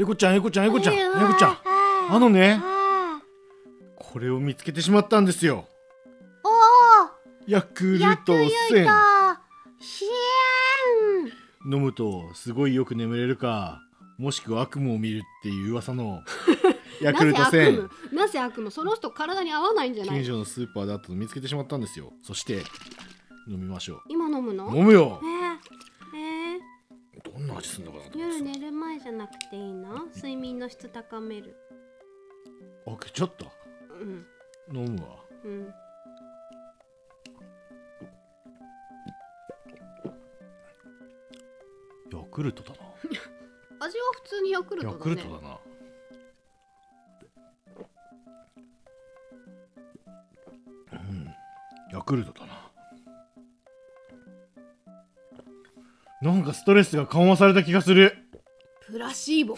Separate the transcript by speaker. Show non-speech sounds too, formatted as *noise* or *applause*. Speaker 1: えこちゃんえこちゃんえこちゃんえ
Speaker 2: うわ
Speaker 1: こちゃんあのね
Speaker 2: あー
Speaker 1: これを見つけてしまったんですよ
Speaker 2: お
Speaker 1: ヤク
Speaker 2: ー
Speaker 1: ル
Speaker 2: ヤク
Speaker 1: ト
Speaker 2: ル
Speaker 1: 1000
Speaker 2: トひえん
Speaker 1: 飲むとすごいよく眠れるかもしくは悪夢を見るっていう噂
Speaker 2: *laughs*
Speaker 1: のヤクルト1000
Speaker 2: なぜ悪夢その人体に合わないんじゃな
Speaker 1: 近
Speaker 2: い
Speaker 1: 所のスーパーであったのを見つけてしまったんですよそして飲みましょ
Speaker 2: 今飲むの
Speaker 1: う飲むよ
Speaker 2: えー、えー
Speaker 1: どんな味するのかなと思って
Speaker 2: 夜
Speaker 1: さ
Speaker 2: 寝る前じゃなくていいな睡眠の質高める
Speaker 1: あけちゃった
Speaker 2: うん
Speaker 1: 飲むわ
Speaker 2: うん
Speaker 1: ヤクルトだな
Speaker 2: 味は普通にヤクルトだ
Speaker 1: ヤ
Speaker 2: ね
Speaker 1: クルトだな。うん、ヤクルトだな。なんかストレスが緩和された気がする。
Speaker 2: プラシーボ